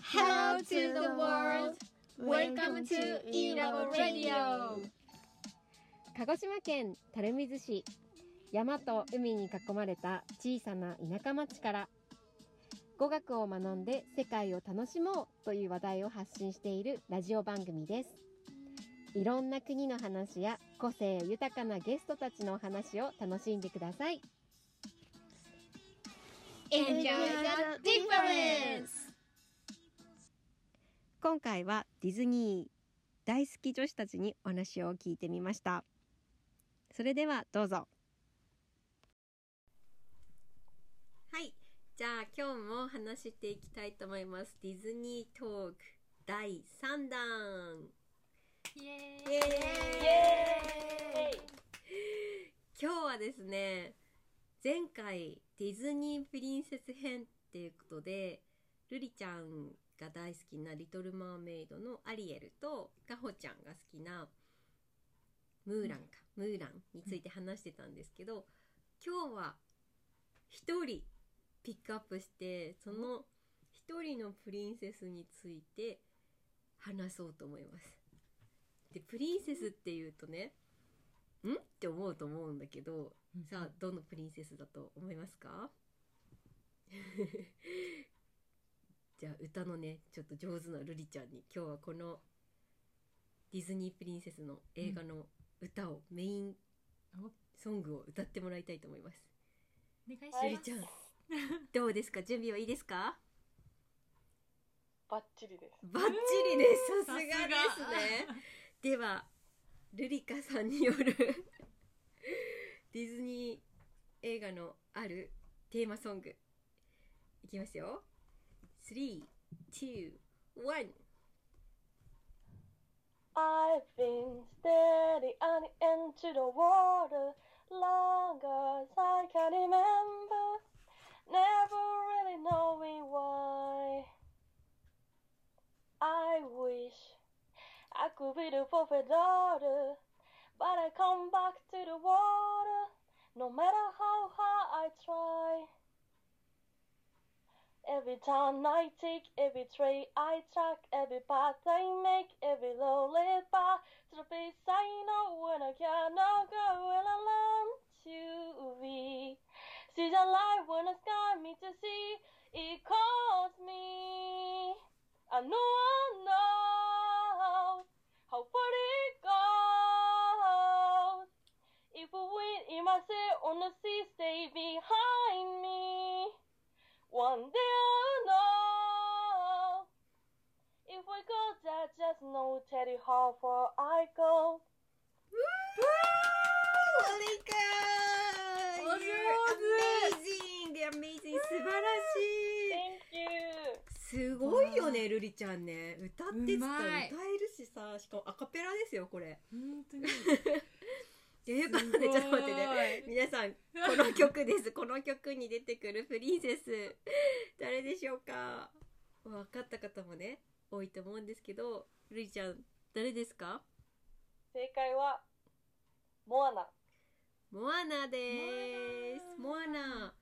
Hello to the world. Welcome to E-Lab Radio. 鹿児島県垂水市山と海に囲まれた小さな田舎町から語学を学んで世界を楽しもうという話題を発信しているラジオ番組ですいろんな国の話や個性豊かなゲストたちのお話を楽しんでください Enjoy the difference. 今回はディズニー大好き女子たちにお話を聞いてみましたそれではどうぞはいじゃあ今日も話していきたいと思いますディズニートーク第3弾イエーイ今日はですね前回ディズニープリンセス編っていうことでルリちゃんが大好きな「リトル・マーメイド」のアリエルとガホちゃんが好きなムーランか、ムーランについて話してたんですけど、今日は一人ピックアップしてその一人のプリンセスについて話そうと思います。でプリンセスっていうとねんって思うと思うんだけどさあどのプリンセスだと思いますか じゃあ歌のねちょっと上手なルリちゃんに今日はこのディズニープリンセスの映画の歌を、メインおソングを歌ってもらいたいと思います。お願いルしリますちゃんどうですか準備はいいですかバッチリです。バッチリです。ささすすががですね。では、ルリカさんによる ディズニー映画のあるテーマソング。いきますよ。3、2、1。 I've been steady on the edge of the water longer as I can remember, never really knowing why. I wish I could be the perfect daughter, but I come back to the water no matter how hard I try. Every turn I take, every trade I track, every path I make, every lonely path to the place I know when I cannot go when I learn to be. See the light when the sky me to see, it calls me. I know I know how far it goes. If we win, it must stay on the sea, stay behind me. One day I'll know. If we go there, just know Teddy how far I go. ルリカお上手 !Amazing! Amazing! 素晴らしい Thank す you. ごいよね、ルリちゃんね。歌ってうたらま歌いえるしさ、しかもアカペラですよ、これ。本当にということで、ちょっと待ってね。皆さん、この曲です。 この曲に出てくるプリンセス。 誰でしょうか分かった方もね、多いと思うんですけど、ルイちゃん、誰ですか正解は、モアナ。モアナです。モアナ。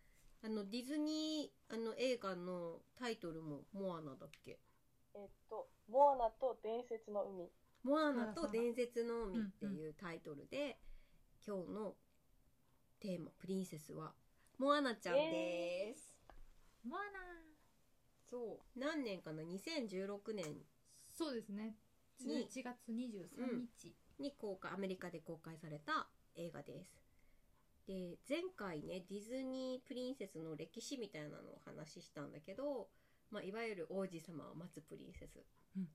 あの、ディズニー、あの、映画のタイトルもモアナだっけえっと、モアナと伝説の海。モアナと伝説の海っていうタイトルで、今日のテーマ、プリンセスは、モアナちゃんです。モアナそう何年かな2016年そうですねに11月23日、に公開アメリカで公開された映画ですで前回ねディズニープリンセスの歴史みたいなのをお話ししたんだけど、まあ、いわゆる王子様を待つプリンセス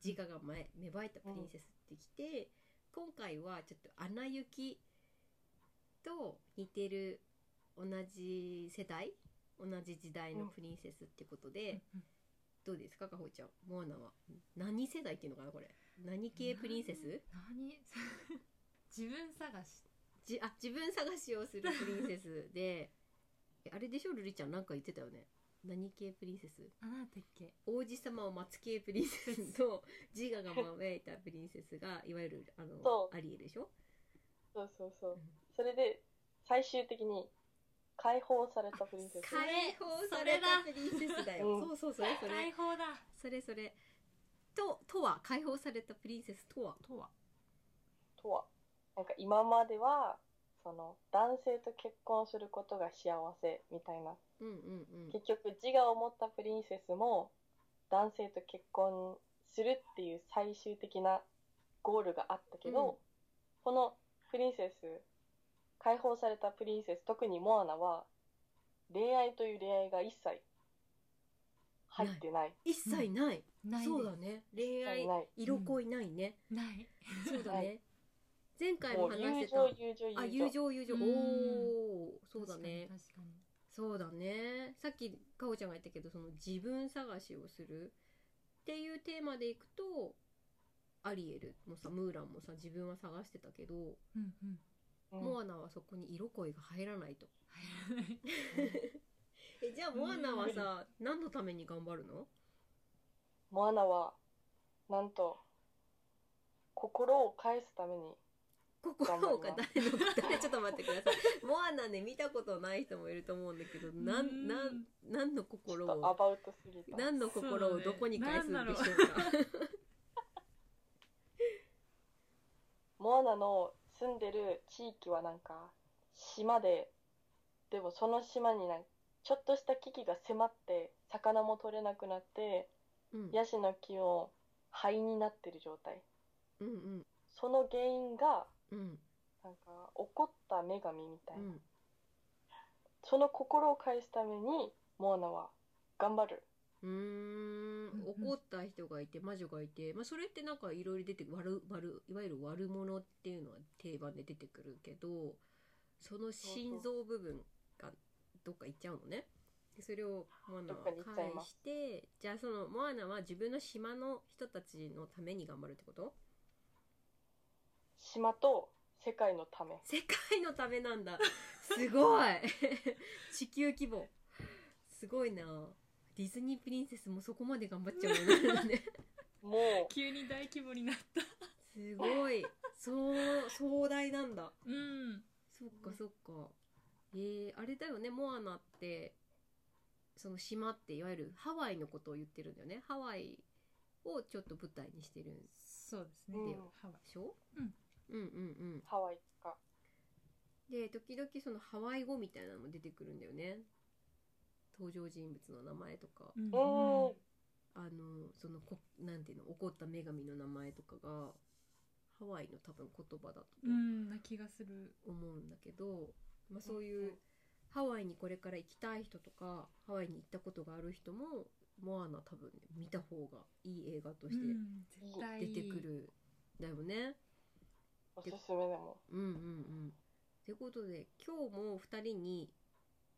自我が前芽生えたプリンセスってきて、今回はちょっと「アナ雪」と似てる同じ世代同じ時代のプリンセスってことで、どうですかかほちゃんモアナは何世代っていうのかなこれ何系プリンセス何自分探しじあ自分探し をするプリンセスでえあれでしょルリちゃんなんか言ってたよね何系プリンセスあなんだっけ王子様を待つ系プリンセスと自我が芽生えたプリンセスがいわゆるあのそアリエルでしょ。そうそうそううんそれで、最終的に解放されたプリンセス。か解放されたプリンセスだよそれだそうそうそれそれ解放だそれそれととは解放されたプリンセスとはとはとはなんか今まではその男性と結婚することが幸せみたいなうんうんうん結局自我を持ったプリンセスも男性と結婚するっていう最終的なゴールがあったけど、うんこのプリンセス解放されたプリンセス特にモアナは恋愛という恋愛が一切入ってない一切ない、ないねそうだね恋愛ない色恋ないね、ないそうだね、はい前回ももう話友してた情友情あ友友情情友情うんおおそうだね確かにそうだねさっきかおちゃんが言ったけどその自分探しをするっていうテーマでいくとアリエルもさムーランもさ自分は探してたけ確ど、かにうんうんうんモアナはそこに色恋が入らないと入らないえじゃあモアナはさ何のために頑張るのモアナはなんと心を返すために心が 頑張誰の誰ちょっと待ってくださいモアナね見たことない人もいると思うんだけどなんうんなん何のちょっ心とアをバウトすぎた何の心そうをだねどこに返すんでしょうかモアナの住んでる地域はなんか島ででもその島になんちょっとした危機が迫って魚も取れなくなってうんヤシの木の灰になってる状態うんうんその原因がうんなんか怒った女神みたいうな、んその心を返すためにモアナは頑張るうーんうんうん怒った人がいて魔女がいて、まあ、それってなんかいろいろ出て悪悪いわゆる悪者っていうのは定番で出てくるけどその心臓部分がどっか行っちゃうのねでそれをモアナはどっかに行っちゃいま返すしてじゃあそのモアナは自分の島の人たちのために頑張るってこと島と世界のため世界のためなんだすごい 地球規模すごいなディズニープリンセスもそこまで頑張っちゃうようになるんだねもう 急に大規模になったすごいそう壮大なんだうんそっかそっかえー、あれだよねモアナってその島っていわゆるハワイのことを言ってるんだよねハワイをちょっと舞台にしてるんでそうですね、うんハワイしょ、うんうんうんうんハワイとかで時々そのハワイ語みたいなのも出てくるんだよね登場人物の名前とか、うんうんあのそのこなんていうの怒った女神の名前とかがハワイの多分言葉だとうんな気がする思うんだけど、まあ、うんそういうハワイにこれから行きたい人とかハワイに行ったことがある人もモアナ多分ね見た方がいい映画としうてん絶対出てくるだよね。おすすめでもうんうんうん。ということで今日も2人に、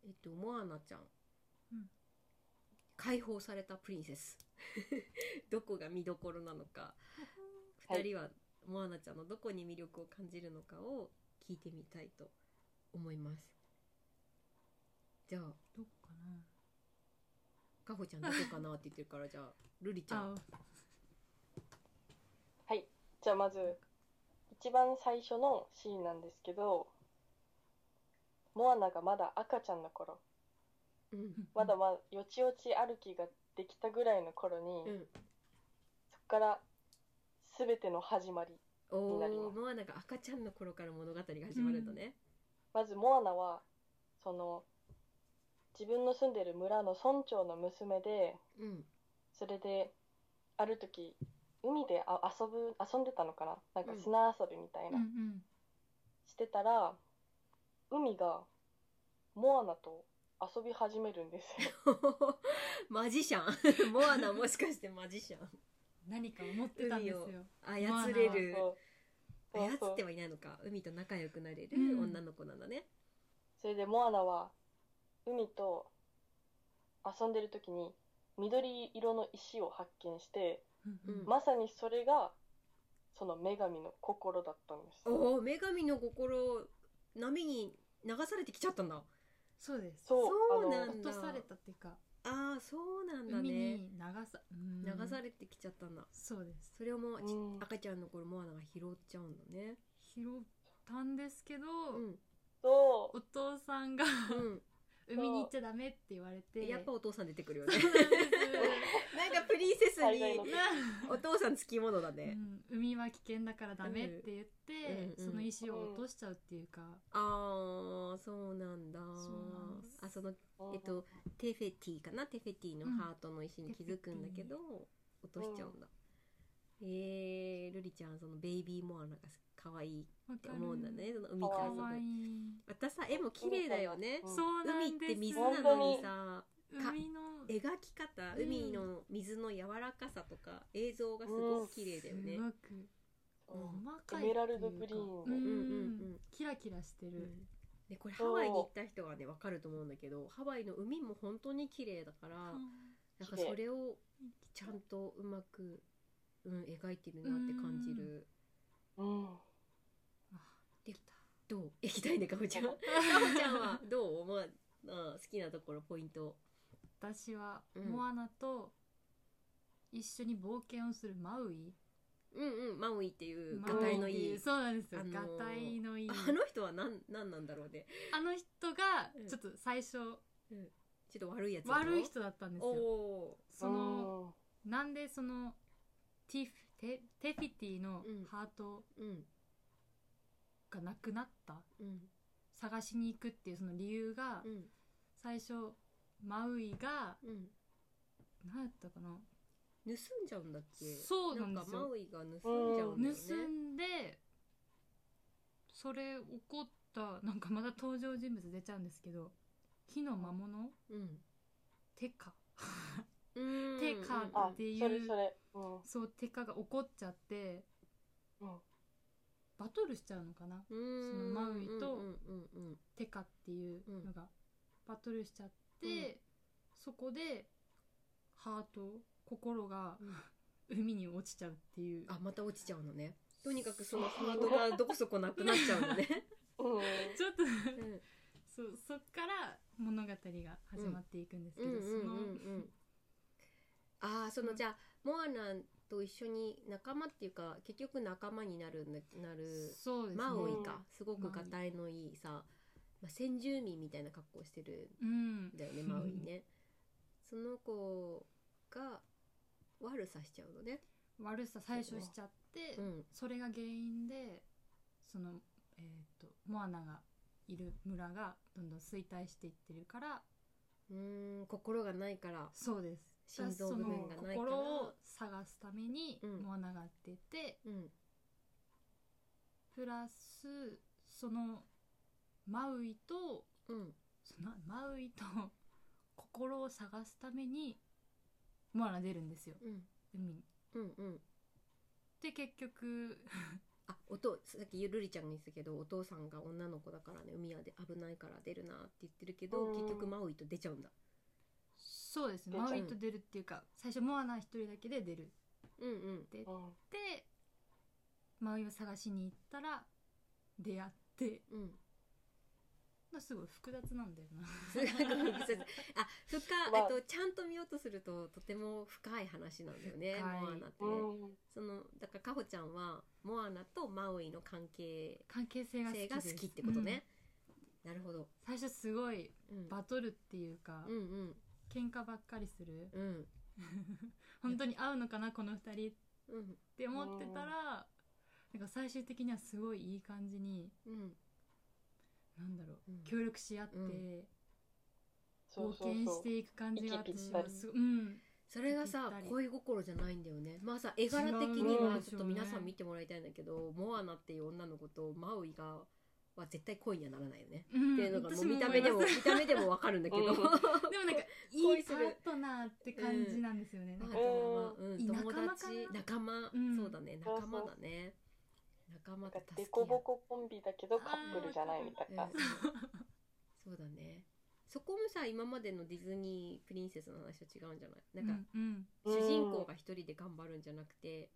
えっと、モアナちゃん、うん解放されたプリンセス どこが見どころなのかはい2人はモアナちゃんのどこに魅力を感じるのかを聞いてみたいと思います。じゃあどっかなかほちゃんどこかなって言ってるからじゃあルリちゃん。あじゃあまず一番最初のシーンなんですけどモアナがまだ赤ちゃんの頃うんまだまだよちよち歩きができたぐらいの頃に、うんそこから全ての始まりおになりまーすモアナが赤ちゃんの頃から物語が始まるとね。まずモアナはその自分の住んでる村の村長の娘でうんそれである時海であ遊ぶ遊んでたのかななんかうん砂遊びみたいな、うんしてたら海がモアナと遊び始めるんですよ マジシャンモアナもしかしてマジシャン何か思ってたんですよ操れるそうそう操ってはいないのか海と仲良くなれるうん女の子なんだね、それでモアナは海と遊んでる時に緑色の石を発見してうんうんまさにそれがその女神の心だったんですおお女神の心波に流されてきちゃったんだそうですそうそうあなのん落だとされたっていうかああそうなんだ海ねに流さうん流されてきちゃったんだそうですそれをもうちうん赤ちゃんの頃モアナが拾っちゃうんだね拾ったんですけどうんそお父さんが うん海に行っちゃダメって言われてやっぱお父さん出てくるよね そうなんですなんかプリンセス海外にのお父さん付き物だう ね、ん、海は危険だからダメって言って、うんうんその石を落としちゃうっていうか、ああそうなんだそうなんですあそのうんえっとテフェティかなテフェティのハートの石に気づくんだけど、落としちゃうんだ、えー、ルリちゃんそのベイビーモアナが可愛いっわてかる思うんだねその海かから可そのわいいまたさ絵も綺麗だよねうんそうな海っんですて水なのにさか海の描き方うん海の水の柔らかさとか映像がすごく綺麗だよねすごくうん細かいエメラルドグリーンうんうんうんうんキラキラしてうる、んでこれハワイに行った人はねわかると思うんだけどハワイの海も本当に綺麗だからなんかそれをちゃんとうまく、うん、描いてるなって感じるうんどう行きたいねか ほちゃんかほちゃんはどう、まあまあ、好きなところポイント私はうんモアナと一緒に冒険をするマウイうんうんマウイっていうマがウイたいのいっていうそうなんですよあのがーたいのいいあの人は何何なんだろうねあの人がうんちょっと最初ちょっと悪いやつ悪い人だったんですおよおそのなんでそのティフテテフィティのうんハートーうんがなくなった、うん探しに行くっていうその理由が、うん最初マウイがうん何やったかな盗んじゃうんだっけそうなんですよかマウイが盗んじゃうんだよね盗んでそれ怒ったなんかまだ登場人物出ちゃうんですけど火の魔物うんテカうん手かうんあっていうそれそれうんそうテカが怒っちゃってうんバトルしちゃうのかなうんそのマウイとうんうんうんテカっていうのがバトルしちゃって、そこでハート心がうん海に落ちちゃうっていうあまた落ちちゃうのねとにかくそのハートがどこそこなくなっちゃう のね うんちょっとうんそうそっから物語が始まっていくんですけうんど、うんその、うんうんああそのじゃあモアナと一緒に仲間っていうか結局仲間になるんだなるそうですねマオイうかんすごくがたいのいいさ、まあ、先住民みたいな格好してるうんんだよねマウイねその子が悪さしちゃうのね、悪さ最初しちゃって、うん、それが原因でその、えー、とモアナがいる村がどんどん衰退していってるからうーん心がないからそうです心臓部分がないかそらの心を探すためにうんモアナが出て、うんプラスそのマウイとうんそのマウイと心を探すためにモアナ出るんですようん海に。うんうんで結局あおとさっきゆるりちゃんが言ってたけどお父さんが女の子だからね海はで危ないから出るなって言ってるけどうん結局マウイと出ちゃうんだそうですね出ちゃマうウイと出るっていうか最初モアナ一人だけで出るうんうんうんでマウイを探しに行ったら出会ってうんすごい複雑なんだよ なすごく複雑あ深まあえっとちゃんと見ようとするととても深い話なんだよね深いモアナってうね、んそのだからかほちゃんはモアナとマウイの関係関係性が好き性でが好すきってことね、、なるほど、うん最初すごいうん、バトルっていうか、うんうん喧嘩ばっかりするうん 本当に合うのかなこの二人っうんて思ってたら、なんか最終的にはすごいいい感じにうんなんだろう、うん協力し合って、うんそ冒うそう険そうしていく感じが私はすごい、ううん、それがぴさったり恋心じゃないんだよねまあさ絵柄的にはちょっと皆さん見てもらいたいんだけど、モアナっていう女の子とマウイがは絶対恋にはならないよね、うんっていうのがもう私見た思い目まですも見た目でもわかるんだけど、うん まあ でもなんかい恋いすパるートナーって感じなんですよね、なんか友達うんいい友達仲仲間うんそうだねそう仲そう間だね仲間なんとか助デけ合コうボココンビだけどカップルじゃないみたいうんな。そうだねそこもさ今までのディズニープリンセスの話と違うんじゃないなんか、うんうん主人公が一人で頑張るんじゃなくて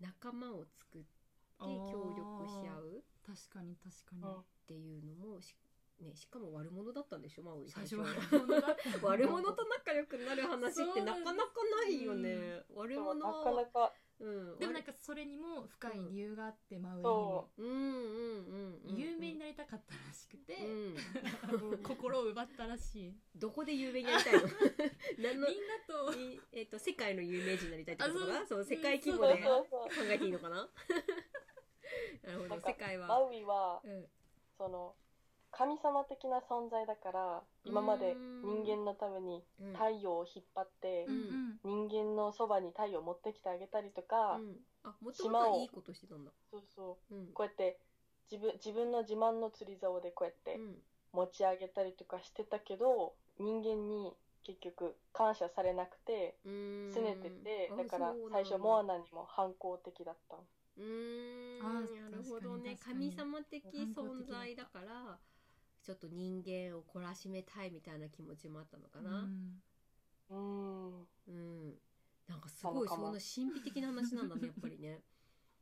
仲間を作って協力し合あーう確かに確うかんっていうのもし,、ね、しかも悪者だったんでしょマウにイ最最初初はは悪 悪者者と仲良くなる話ってなかなかないよね悪でも者なかなかうんでもなんかそれにも深い理由があって、真上にもそうんうんうんうん有名になりたかったらしくて、う ん、心を奪ったらしいどこで有名になりた いの何みんのなといえっと世界の有名人になりたいってことかあそなうそううん世界規そ模うでそ考うそうえていいのかな なるほなんどか世界はマウイはうんその神様的な存在だから今まで人間のためにうん太陽を引っ張ってうん人間のそばに太陽を持ってきてあげたりとか、うんあもとも島とをいいことしてたんだそうそううんこうやって自分自分の自慢の釣り竿でこうやってうん持ち上げたりとかしてたけど人間に結局感謝されなくてうーん拗ねててあだからそうなんだ最初モアナにも反抗的だったうーんあなるほどね確か神に様的お反抗的だっ存た在だからちょっと人間を懲らしめたいみたいな気持ちもあったのかうなんうーんうん、なんかすごいなのそんかなも神秘的な話なんだねやっぱり ね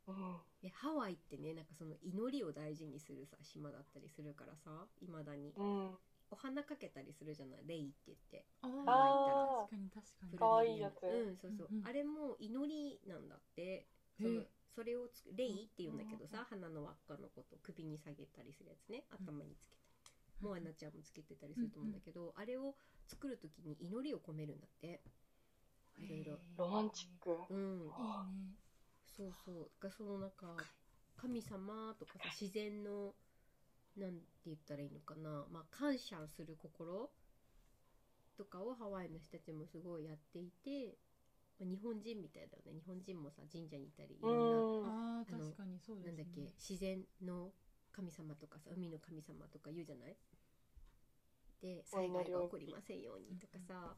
うんえハワイってねなんかその祈りを大事にするさ島だったりするからさいまだにうんお花かけたりするじゃないレイって言ってあああー確かに確かにかわいいやつプルミリアムうんそうそう、うんうんあれも祈りなんだってへそのえそれをつくレイって言うんだけどうんさ花の輪っかのこと首に下げたりするやつねうん頭につけたり、モアナちゃんもつけてたりすると思うんだけど、あれを作る時に祈りを込めるんだっていろいろロマンチックうんいいねそうそうがそのなんか神様とかさ自然のなんて言ったらいいのかな、まあ、感謝する心とかをハワイの人たちもすごいやっていてまあ日本人みたいだよね日本人もさ神社にいたりいうろんあああの確かにそうんでななすんだねっけ自然の神様とかさ海の神様とか言うじゃないでお祈災りを害が起こりませんようにとかさ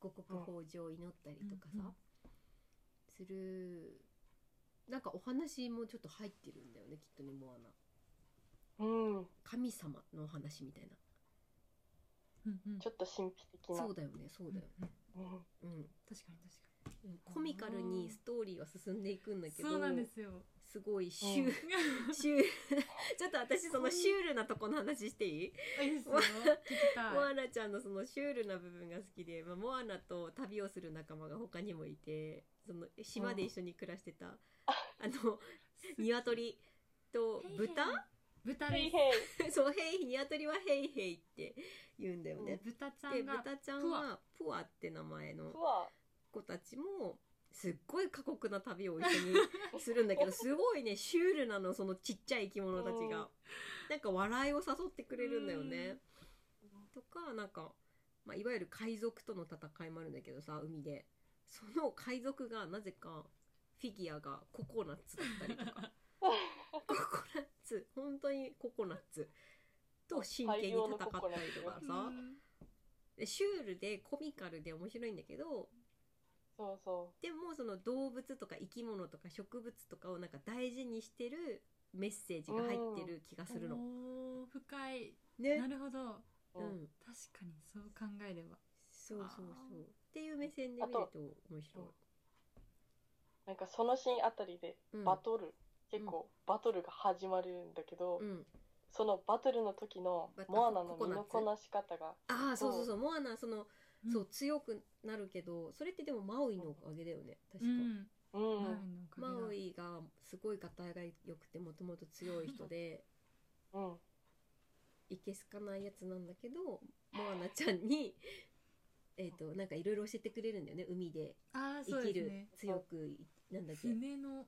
五穀うん豊穣を祈ったりとかうんうさんするなんかお話もちょっと入ってるんだよねきっとねモアナうん神様のお話みたいなうんうんちょっと神秘的なそうだよねそうだよねうんうん確かに確かうんコミカルにストーリーは進んでいくんだにけどそうなんですよすごいシューうルシュール ちょっと私そのシュールなとこの話していいいいですよ聞きたいモアナちゃんのそのシュールな部分が好きで、まあ、モアナと旅をする仲間が他にもいてその島で一緒に暮らしてた、あの鶏と豚豚でヘイすヘイ そうヘイ鶏はヘイヘイって言うんだよね。豚ちゃでんが豚ちゃんはプアって名前のふわ子たちもすっごい過酷な旅を一緒 にするんだけどすごいねシュールなのそのちっちゃい生き物たちうがんなんか笑いを誘ってくれるんだよねうん。とかなんか、まあ、いわゆる海賊との戦いもあるんだけどさ海でその海賊がなぜかフィギュアがココナッツだったりと かココナッツ本当にココナッツと真剣に戦ったりとかさうんでシュールでコミカルで面白いんだけどそうそでもその動物とか生き物とか植物とかをなんか大事にしてるメッセージが入ってる気がするの。おー深いねなるほどう、ううんん、確かにそう考えればそうそうそうあーっていう目線で見ると面白い。なんかそのシーンあたりでうんバトル、結構バトルが始まるんだけど、うん、そのバトルの時のバトルモアナのココ身ナッのツこなし方がああそうそうそうモアナその、うんそう強くなるけどそれってでもマウイのおかげだよね確うか。んうマウイん、のおかげだマウイがすごいガタイが良くてもともと強い人でうん、いけすかないやつなんだけどモアナちゃんにえっとなんかいろいろ教えてくれるんだよね海でああそ生うきでる、すね強くいなんだっけ船の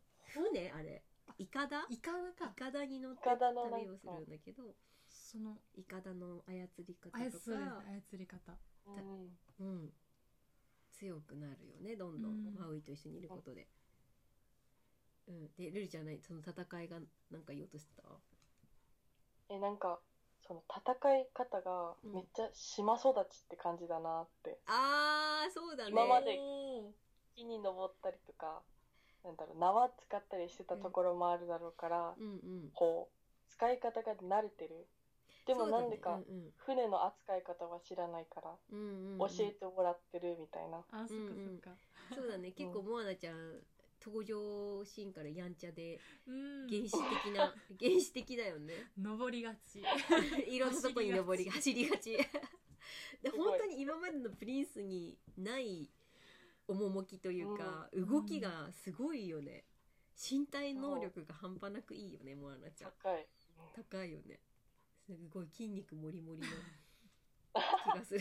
船あれイカダイカだかイカダに乗ってイカダのなんか旅をするんだけどそのイカダの操り方あやとそうですねか、操り方うんうん、強くなるよねどんどん、うんマウイと一緒にいることで、うん、でルリじゃないその戦いがなんか言おうとしてたえなんかその戦い方がうんめっちゃ島育ちって感じだなって、あーそうだね今までおー木に登ったりとかなんだろう縄使ったりしてたところもあるだろうから、うんうんこう使い方が慣れてるでもなんでか、そうだね船の扱い方は知らないからうんうんうんうん教えてもらってるみたいな、あそっかそっかそうだね結構モアナちゃん登場シーンからやんちゃでうん原始的な原始的だよね登りがち いろんなとこに登り が走りがちで本当に今までのプリンスにない趣というか、ん動きがすごいよね身体能力が半端なくいいよねモアナちゃん高い。高いよねすごい筋肉もりも りの気がする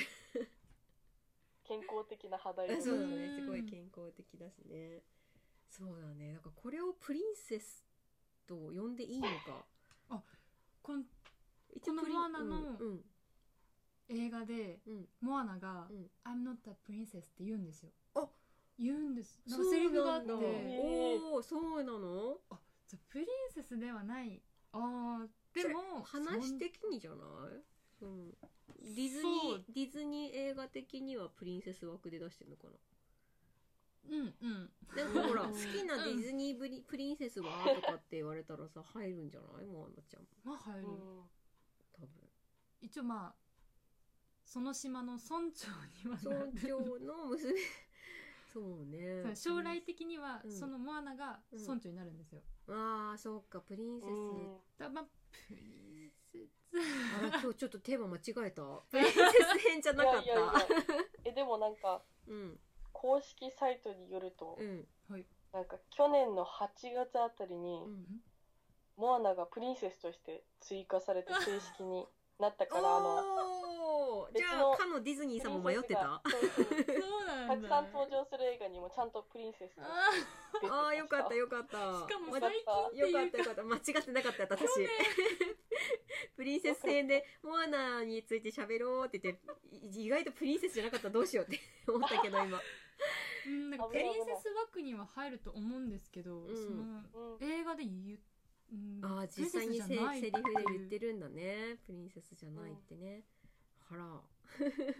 健康的な肌 そうだ色でねすね。すごい健康的だしねそうだねだからこれをプリンセスと呼んでいいのかこの一応このプリンモアナのうんうん映画でうんモアナがうん「I'm not a princess」って言うんですよあ言うんですなんかセリフがあっそうなんだておおそうなのじゃあプリンセスではないあーでも話て的にじゃない、うん、ディズそうニーディズニー映画的にはプリンセス枠で出してるのかうんうんななんかほら うん好きなディズニーブリプリンセスはとかって言われたらさ入るんじゃないモアナちゃんもまあ入る、うん多分一応まあその島の村長には村なる長の娘そうねそう将来的にはうんそのモアナが村長になるんですよ、ああそうかプリンセス、うんだまあプリンセあら今日ちょっとテーマ間違え たプリンセス編じゃなかったいやいやいや えでもなんかうん公式サイトによると、うんなんか去年の8月あたりに、うんモアナがプリンセスとして追加されて正式になったからあのおおーじゃ別のあかのディズニーさんも迷ってたプリンセスがそうそうスそうなんだたくさん登場する映画にもちゃんとプリンセスとあ出てましたああよかったよかったーしかもま最近ってよかいっうかたよかった間違ってなかった私 プリンセス編でモアナについて喋ろうって言ってい意外とプリンセスじゃなかったらどうしよ うって思ったけど今うんなんか危プリないン危ないセス枠には入ると思うんですけど、うんそのうん映画で言う、うんああ実際にせプリンセスじゃないセリフで言ってるんだねプリンセスじゃないってねあら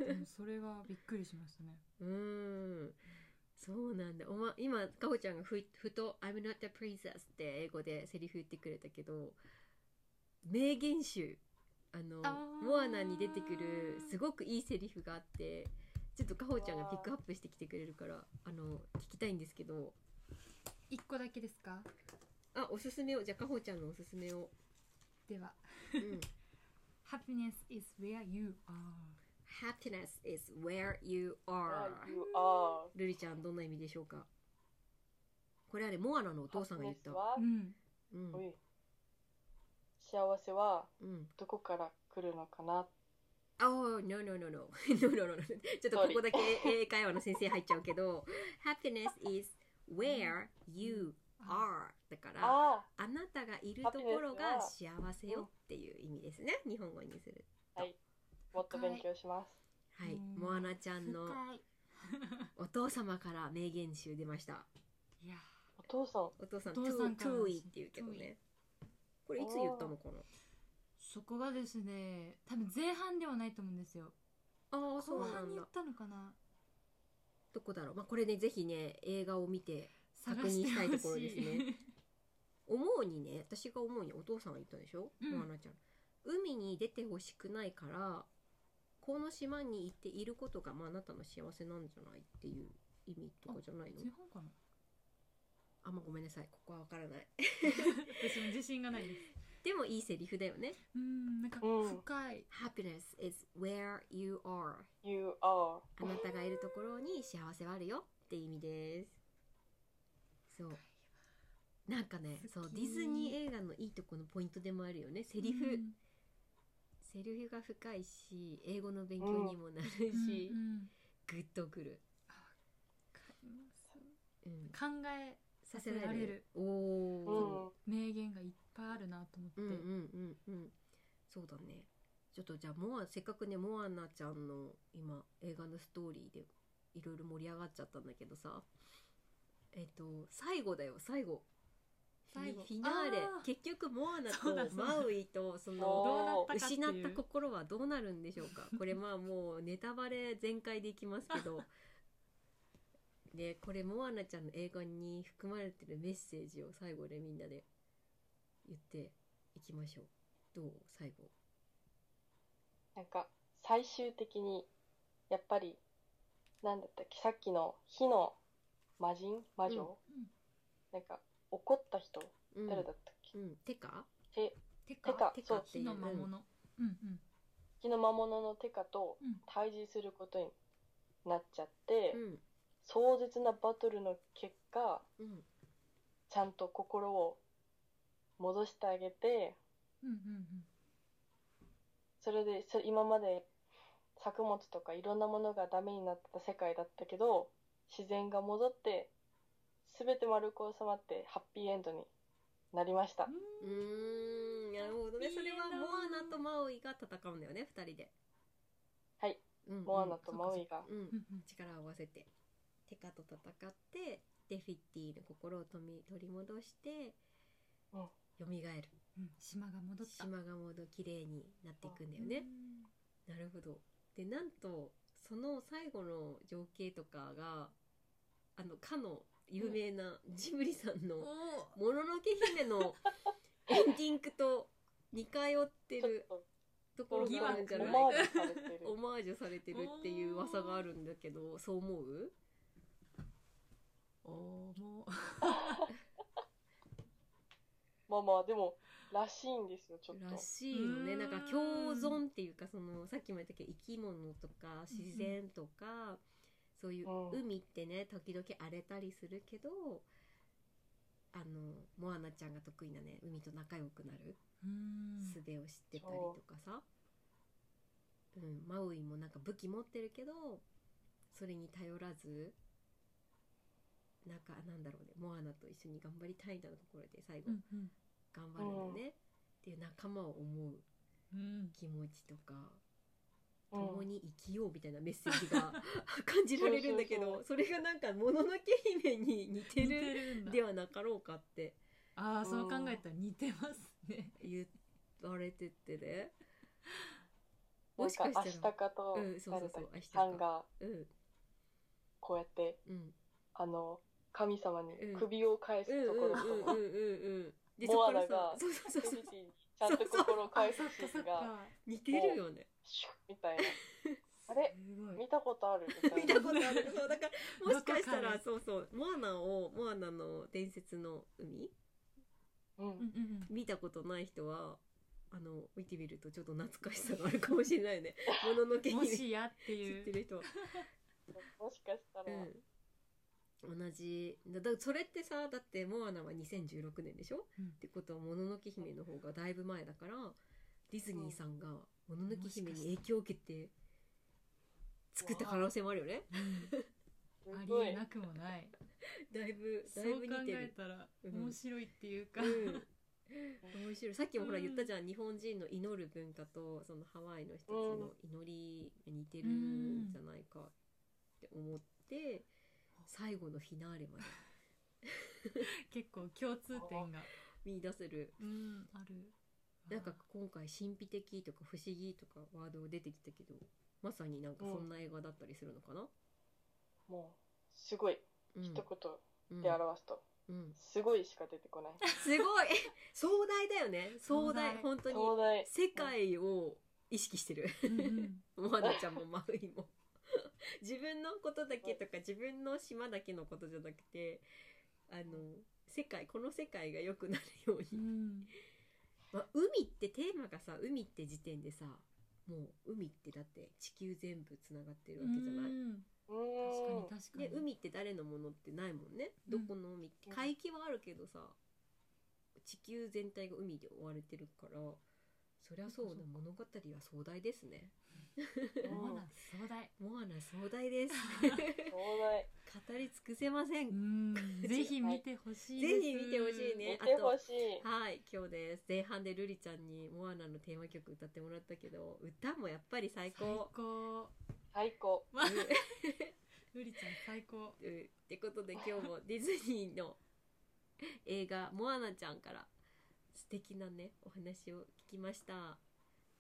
でもそれがびっくりしましたねうーんそうなんだおま今かほちゃんがふふと「I'm not a princess」って英語でセリフ言ってくれたけど名言集あのあーモアナに出てくるすごくいいセリフがあってちょっとかほちゃんがピックアップしてきてくれるからあの聞きたいんですけど一個だけですかあおすすめをじゃあかほちゃんのおすすめを、ではうん、 Happiness is where you are Happiness is where you あ are いうあルリちゃんどんな意味でしょうかこれあれモアナのおー父さんが言ったハピネうスはんうんおい幸せはうんどこから来るのかなおー、no, no, no, no. no, no, no, no. ちょっとここだけ英会話の先生入っちゃうけど、happiness is where you are だから、ああなたがいるところが幸せよっていう意味ですね。日本語にする。あもっと勉強しますはい。うんモアナちゃんの深いお父様から名言集出ました。いやお父さんお父さん、お父さんから too, の too って言うけどね。これいつ言ったのかなそこがですね多分前半ではないと思うんですよああ、そう後な半にん言だっ。たのかなどこだろう。まあ、これね、ぜひね、映画を見て、探して確認したいとこほろしでいすね思うにね私が思うにお父さんが言ったでしょ、うんモアナちゃん海に出てほしくないからこの島に行っていることが、まあ、あなたの幸せなんじゃないっていう意味とかじゃないの前半 かなあんまあごめんなさいここはわからない 私も自信がないですでもいいセリフだよねうんなんかうん深い Happiness is where you are You are あなたがいるところに幸せはあるよって意味ですそうなんかね好そきうディズニー映画のいいとこのポイントでもあるよねセリフ、うんセリフが深いし英語の勉強にもなるし、うんうんグッとくる、深いうん、考えさせらさせられるれるおうんお、名言がいっぱいあるなと思って、うん、うんうんうんそうだねちょっとじゃあモアせっかくねモアナちゃんの今映画のストーリーでいろいろ盛り上がっちゃったんだけどさえっと最後だよ最後フィ最後フィナーレあー結局モアナそうだとそうだマウイとそのおーどうなったかってい失うった心はどうなるんでしょう かこれまあもうネタバレ全開でいきますけどでこれモアナちゃんの映画に含まれてるメッセージを最後でみんなで言っていきましょうどう最後なんか最終的にやっぱりなんだったっけさっきの火の魔人魔女、うんうんなんか怒った人うん誰だったっけ、うんテカててかテカテカそうって火いうの魔物うんうん火の魔物のテカとうん対峙することになっちゃって、うん壮絶なバトルの結果うんちゃんと心を戻してあげてうんうんそれでそ今まで作物とかいろんなものがダメになってた世界だったけど自然が戻って全て丸く収まってハッピーエンドになりましたうーんなるほどねそれはモアナとマウイが戦うんだよね二人ではいうんうんモアナとマウイがうんうんうん力を合わせてテカと戦ってデフィティの心を取り取り戻してうんよみがえるうん島が戻った島が戻り綺麗になっていくんだよね。なるほどでなんとその最後の情景とかがあのかの有名なジブリさんの「もののけ姫」 のエンディングと似通ってちょっるとところがあるんじゃオないマかージュされてるオマージュされてるっていう噂があるんだけどそう思うおおも まあまあでもらしいんですよちょっとらしいのねうなんーんか共存っていうかそのさっきも言ったけど生き物とか自然とか、そういううん海ってね時々荒れたりするけどあのモアナちゃんが得意なね海と仲良くなるううん術を知ってたりとかさ、うん、マウイもなんか武器持ってるけどそれに頼らずなんかなんだろうねモアナと一緒に頑張りたいんだのところで最後うんうん頑張るんだよね、っていう仲間を思ううん気持ちとかうん共に生きようみたいなメッセージが 感じられるんだけそうそうどそれがなんか「もののけ姫」に似て似るてるんだではなかろうかってああそう考えたら似てますね言われてて ね。なもんしかかしたら明日かとうんそうそうそう誰だっけ明日香さんがうんこうやってうんあの神様にうん首を返うんすところうんとうんうんうんでモアナそこからがさそうそうエそうビそテうィにちゃんと心を返すシそーっンがか似てるよねシュッみたいなあすれごい見たことあるみたい見たなことあるそうだからもしかしたどこかららそうそうモアナをモアナの伝説の海うんうんうん見たことない人はあの見てみるとちょっと懐かしさがあるかもしれ ないね「もののけうんも姫」しやって知いってうる人は、もしかしたら、うん、同じだだそれってさだって「モアナ」は2016年でしょ、うんってことは「もののけ姫」の方がだいぶ前だからディズニーさんが「もののけ姫」に影響を受けて作った可能性もあるよねあすりごえいなくもないだいぶそだうい考ぶ似てえる。たらうん面白いっていうか、うん、面白いさっきもほらうん言ったじゃん、日本人の祈る文化とそのハワイの人たちの祈りが似てるんじゃないかって思って最後のフィナーレまで結構共通点が、見出せるうん、あるなんか今回神秘的とか不思議とかワード出てきたけどまさになんかそんな映画だったりするのかな、もうすごいうん一言うんで表すと、うんすごいしか出てこないすごい 壮大だよね壮大壮大本当に壮大世界を意識してるうんうんモアナちゃんもマウイも自分のことだけとか自分の島だけのことじゃなくてあの世界この世界が良くなるよううに、んまあ、海ってテーマがさ海って時点でさもう海ってだって地球全部つながってるわけじゃない、うんう確ーんかに確かにで海って誰のものってないもんね、うんどこの海ってうん海域はあるけどさ地球全体が海で覆われてるからそりゃそうだ物語は壮大ですねうんモアナ壮大モアナ壮大です壮大語り尽くせません。うぜんぜひ見てほしいですひ見てほしいね見。あてほと、しいはい、今日です。前半でルリちゃんにモアナのテーマ曲歌ってもらったけど、歌もやっぱり最高。高最高ルリちゃん最高うんうん ってことで今日もディズニーの映画モアナちゃんから素敵なねお話を聞きました。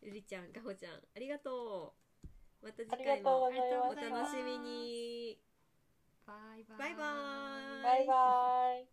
ルリちゃん、ガホちゃん、ありがとう。また次ありが回とうごもざいおま楽すありがとうございますしみに。バイバイバイバイバイバイ